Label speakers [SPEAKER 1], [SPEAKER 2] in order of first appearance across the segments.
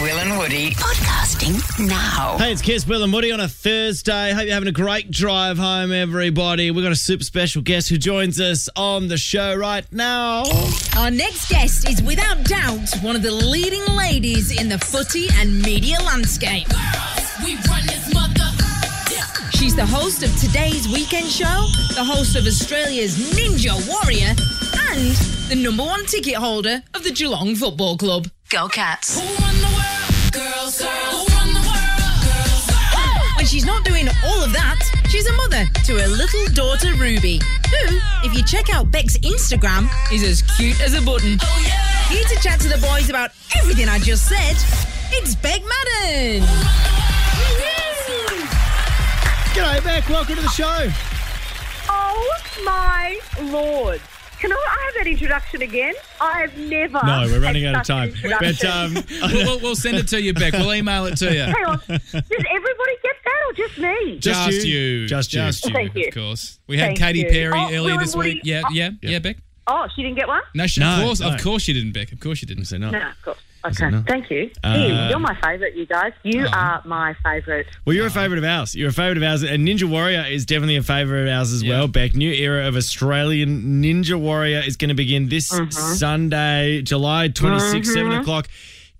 [SPEAKER 1] Will and Woody. Podcasting now.
[SPEAKER 2] Hey, it's Kiss Bill and Woody on a Thursday. Hope you're having a great drive home, everybody. We've got a super special guest who joins us on the show right now.
[SPEAKER 3] Our next guest is without doubt one of the leading ladies in the footy and media landscape.
[SPEAKER 4] We run this mother.
[SPEAKER 3] She's the host of today's weekend show, the host of Australia's Ninja Warrior, and the number one ticket holder of the Geelong Football Club.
[SPEAKER 1] Go Cats.
[SPEAKER 4] Who run the world? Girls, girls. Who run the world? Girls, girls.
[SPEAKER 3] When she's not doing all of that, she's a mother to her little daughter Ruby, who, if you check out Beck's Instagram, is as cute as a button.
[SPEAKER 4] Oh yeah.
[SPEAKER 3] Here to chat to the boys about everything I just said, it's Beck Madden.
[SPEAKER 2] G'day, Beck. Welcome to the show.
[SPEAKER 5] Oh my lord. Can I have that introduction again? I have never.
[SPEAKER 2] No, we're running
[SPEAKER 5] had
[SPEAKER 2] out of
[SPEAKER 5] such an
[SPEAKER 2] time. But
[SPEAKER 5] introduction.
[SPEAKER 2] um,
[SPEAKER 6] we'll, we'll, we'll send it to you, Beck. We'll email it to you.
[SPEAKER 5] Hang on. Does everybody get that or just me?
[SPEAKER 2] Just you. Just
[SPEAKER 6] Just
[SPEAKER 2] you.
[SPEAKER 6] you.
[SPEAKER 5] Thank you.
[SPEAKER 6] Of course. We had
[SPEAKER 5] Thank
[SPEAKER 6] Katy
[SPEAKER 5] you.
[SPEAKER 6] Perry
[SPEAKER 5] Oh,
[SPEAKER 6] earlier
[SPEAKER 5] Will
[SPEAKER 6] this
[SPEAKER 5] and
[SPEAKER 6] week.
[SPEAKER 5] Woody.
[SPEAKER 6] Yeah, yeah, yeah, Beck.
[SPEAKER 5] Oh, she didn't get one?
[SPEAKER 6] No, she,
[SPEAKER 2] No,
[SPEAKER 6] of course,
[SPEAKER 2] no.
[SPEAKER 6] of course you didn't, Beck. Of course you didn't.
[SPEAKER 2] no.
[SPEAKER 5] No, of course. Okay,
[SPEAKER 2] no?
[SPEAKER 5] thank you.
[SPEAKER 2] Uh, oh.
[SPEAKER 5] Ew, you're my favourite, you guys. You are my favourite.
[SPEAKER 2] Well, you're a favourite of ours. You're a favourite of ours. And Ninja Warrior is definitely a favourite of ours as well,
[SPEAKER 6] Yeah.
[SPEAKER 2] Beck. New era of Australian Ninja Warrior is going to begin this
[SPEAKER 6] Mm-hmm.
[SPEAKER 2] Sunday, July 26th, 7 o'clock.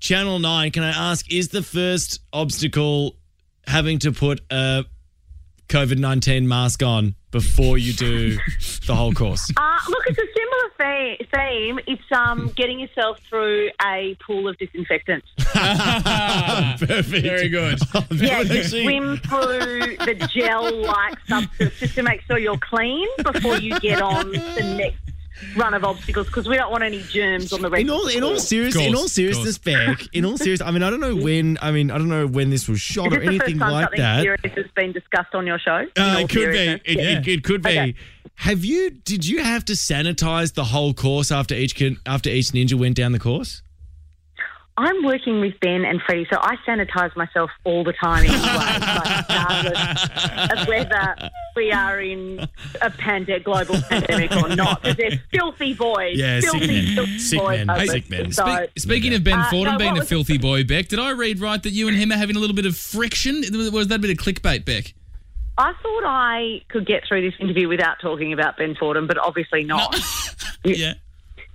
[SPEAKER 2] Channel 9, can I ask, is the first obstacle having to put a COVID 19 mask on before you do the whole course?
[SPEAKER 5] Uh, look, it's a similar the- theme. It's um, getting yourself through a pool of disinfectant.
[SPEAKER 2] Perfect.
[SPEAKER 6] Very good.
[SPEAKER 5] Yeah,
[SPEAKER 2] That would
[SPEAKER 5] you
[SPEAKER 2] actually-
[SPEAKER 5] swim through the gel-like substance just to make sure you're clean before you get on the next run of obstacles because we don't want any germs on the rest.
[SPEAKER 2] in all
[SPEAKER 5] of the
[SPEAKER 2] in all
[SPEAKER 5] course.
[SPEAKER 2] serious in
[SPEAKER 6] Course,
[SPEAKER 2] all seriousness, Beck. In all serious, I mean, I don't know when. I mean, I don't know when this was shot
[SPEAKER 5] Is
[SPEAKER 2] or
[SPEAKER 5] this the first
[SPEAKER 2] anything
[SPEAKER 5] time
[SPEAKER 2] like
[SPEAKER 5] something
[SPEAKER 2] that.
[SPEAKER 5] serious has been discussed on your show? In
[SPEAKER 2] Uh,
[SPEAKER 5] all
[SPEAKER 2] it could
[SPEAKER 5] seriousness?
[SPEAKER 2] be. It,
[SPEAKER 5] Yeah.
[SPEAKER 2] it, it could be.
[SPEAKER 5] Okay.
[SPEAKER 2] Have you? Did you have to sanitize the whole course after each kin- after each ninja went down the course?
[SPEAKER 5] I'm working with Ben and Freddie, so I sanitise myself all the time, anyway, like, regardless of whether we are in a pande- global pandemic or not. Because they're filthy boys.
[SPEAKER 2] Yeah, sick
[SPEAKER 5] filthy,
[SPEAKER 2] men.
[SPEAKER 5] filthy
[SPEAKER 2] Sick
[SPEAKER 5] boys.
[SPEAKER 2] men.
[SPEAKER 5] over.
[SPEAKER 2] Sick men.
[SPEAKER 5] So,
[SPEAKER 6] Spe- speaking of Ben
[SPEAKER 5] Uh,
[SPEAKER 6] Fordham
[SPEAKER 5] no,
[SPEAKER 6] being
[SPEAKER 5] what
[SPEAKER 6] a
[SPEAKER 5] was-
[SPEAKER 6] filthy boy, Beck, did I read right that you and him are having a little bit of friction? Was that a bit of clickbait, Beck?
[SPEAKER 5] I thought I could get through this interview without talking about Ben Fordham, but obviously not.
[SPEAKER 6] Yeah.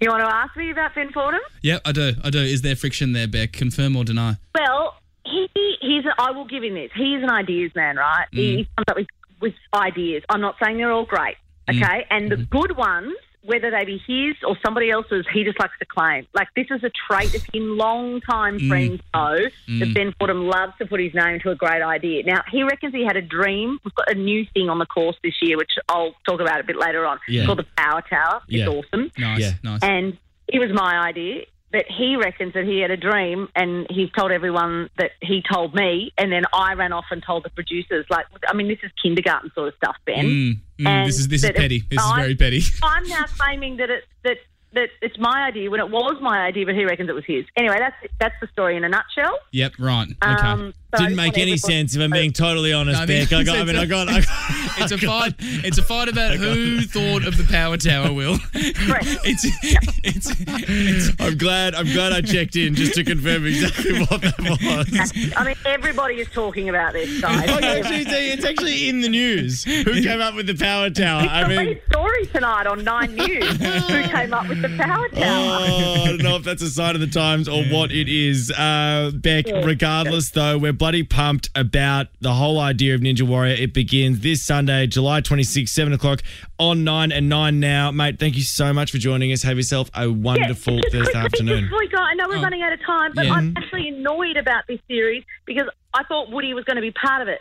[SPEAKER 5] You want to ask me about Ben Fordham?
[SPEAKER 6] Yeah, I do. I do. Is there friction there, Beck? Confirm or deny?
[SPEAKER 5] Well, he he's. I will give him this. He's an ideas man, right?
[SPEAKER 2] Mm.
[SPEAKER 5] He comes up with, with ideas. I'm not saying they're all great,
[SPEAKER 2] Mm.
[SPEAKER 5] okay? And the
[SPEAKER 2] Mm-hmm.
[SPEAKER 5] good ones, whether they be his or somebody else's, he just likes to claim. Like this is a trait of him. Long time
[SPEAKER 2] Mm.
[SPEAKER 5] friends know that Ben Fordham loves to put his name to a great idea. Now he reckons he had a dream. We've got a new thing on the course this year, which I'll talk about a bit later on.
[SPEAKER 2] Yeah.
[SPEAKER 5] It's called the Power Tower. It's
[SPEAKER 2] Yeah.
[SPEAKER 5] awesome
[SPEAKER 6] Nice,
[SPEAKER 2] Yeah.
[SPEAKER 6] nice.
[SPEAKER 5] and it was my idea. But he reckons that he had a dream, and he's told everyone that he told me, and then I ran off and told the producers. Like, I mean, this is kindergarten sort of stuff, Ben.
[SPEAKER 6] Mm, mm, this is this is
[SPEAKER 5] And-
[SPEAKER 6] petty. This is
[SPEAKER 5] I-
[SPEAKER 6] very petty.
[SPEAKER 5] I'm now claiming that it that that it's my idea when it was my idea, but he reckons it was his. Anyway, that's that's the story in a nutshell.
[SPEAKER 6] Yep, right. Okay.
[SPEAKER 5] Um, so I
[SPEAKER 2] Didn't
[SPEAKER 5] just
[SPEAKER 2] make
[SPEAKER 5] want
[SPEAKER 2] any
[SPEAKER 5] everyone-
[SPEAKER 2] sense if I'm being totally honest,
[SPEAKER 6] No, I mean,
[SPEAKER 2] Beck. I got. I mean, I got. I got
[SPEAKER 6] It's a fight. It's a fight about who thought of the power tower. Will it's, it's, it's
[SPEAKER 2] I'm glad. I'm glad I checked in just to confirm exactly what that was.
[SPEAKER 5] I mean, everybody is talking about this, guys.
[SPEAKER 2] Oh, you actually see, it's actually in the news. Who came up with the power tower? I
[SPEAKER 5] the
[SPEAKER 2] mean,
[SPEAKER 5] lead story tonight on Nine News. who came up with the power tower?
[SPEAKER 2] Oh, I don't know if that's a sign of the times or what it is. Uh, Beck, regardless, though, we're bloody pumped about the whole idea of Ninja Warrior. It begins this Sunday, July 26th, 7 o'clock on 9 and 9 now. Mate, thank you so much for joining us. Have yourself a wonderful
[SPEAKER 5] just
[SPEAKER 2] Thursday
[SPEAKER 5] quickly,
[SPEAKER 2] afternoon. Mm-hmm.
[SPEAKER 5] Just before we go, I know we're
[SPEAKER 6] Oh.
[SPEAKER 5] running out of time, but
[SPEAKER 6] Yeah.
[SPEAKER 5] I'm actually annoyed about this series because I thought Woody was going to be part of it.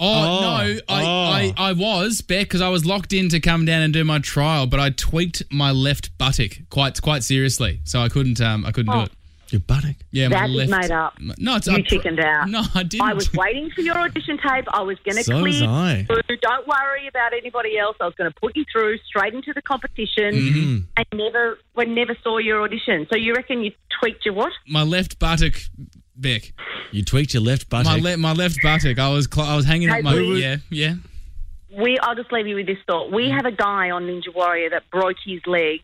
[SPEAKER 6] Oh, no, I,
[SPEAKER 2] oh.
[SPEAKER 6] I, I was Beck because I was locked in to come down and do my trial, but I tweaked my left buttock quite quite seriously, so I couldn't um I couldn't
[SPEAKER 5] Oh.
[SPEAKER 6] do it.
[SPEAKER 2] Your buttock.
[SPEAKER 6] Yeah,
[SPEAKER 5] That
[SPEAKER 6] my
[SPEAKER 5] is
[SPEAKER 6] left.
[SPEAKER 5] made up.
[SPEAKER 6] my- No, it's
[SPEAKER 5] You
[SPEAKER 6] I-
[SPEAKER 5] chickened out.
[SPEAKER 6] No, I didn't.
[SPEAKER 5] I was waiting for your audition tape. I was going to
[SPEAKER 2] So was
[SPEAKER 5] clear
[SPEAKER 2] I.
[SPEAKER 5] you through. Don't worry about anybody else. I was going to put you through straight into the competition.
[SPEAKER 2] Mm-hmm.
[SPEAKER 5] And never, we never saw your audition. So you reckon you tweaked your what?
[SPEAKER 6] my left buttock, Beck.
[SPEAKER 2] You tweaked your left buttock.
[SPEAKER 6] My left my left buttock. I was cl- I was hanging up my
[SPEAKER 5] Hey, Louis.
[SPEAKER 6] yeah yeah.
[SPEAKER 5] We, I'll just leave you with this thought.
[SPEAKER 2] Mm-hmm.
[SPEAKER 5] We have a guy on Ninja Warrior that broke his leg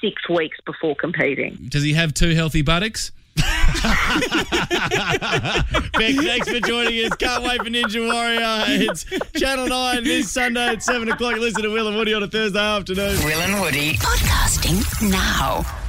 [SPEAKER 5] six weeks before competing.
[SPEAKER 6] Does he have two healthy buttocks?
[SPEAKER 2] Beck, thanks for joining us. Can't wait for Ninja Warrior. It's Channel 9 this Sunday at 7 o'clock. Listen to Will and Woody on a Thursday afternoon.
[SPEAKER 1] Will and Woody. Podcasting now.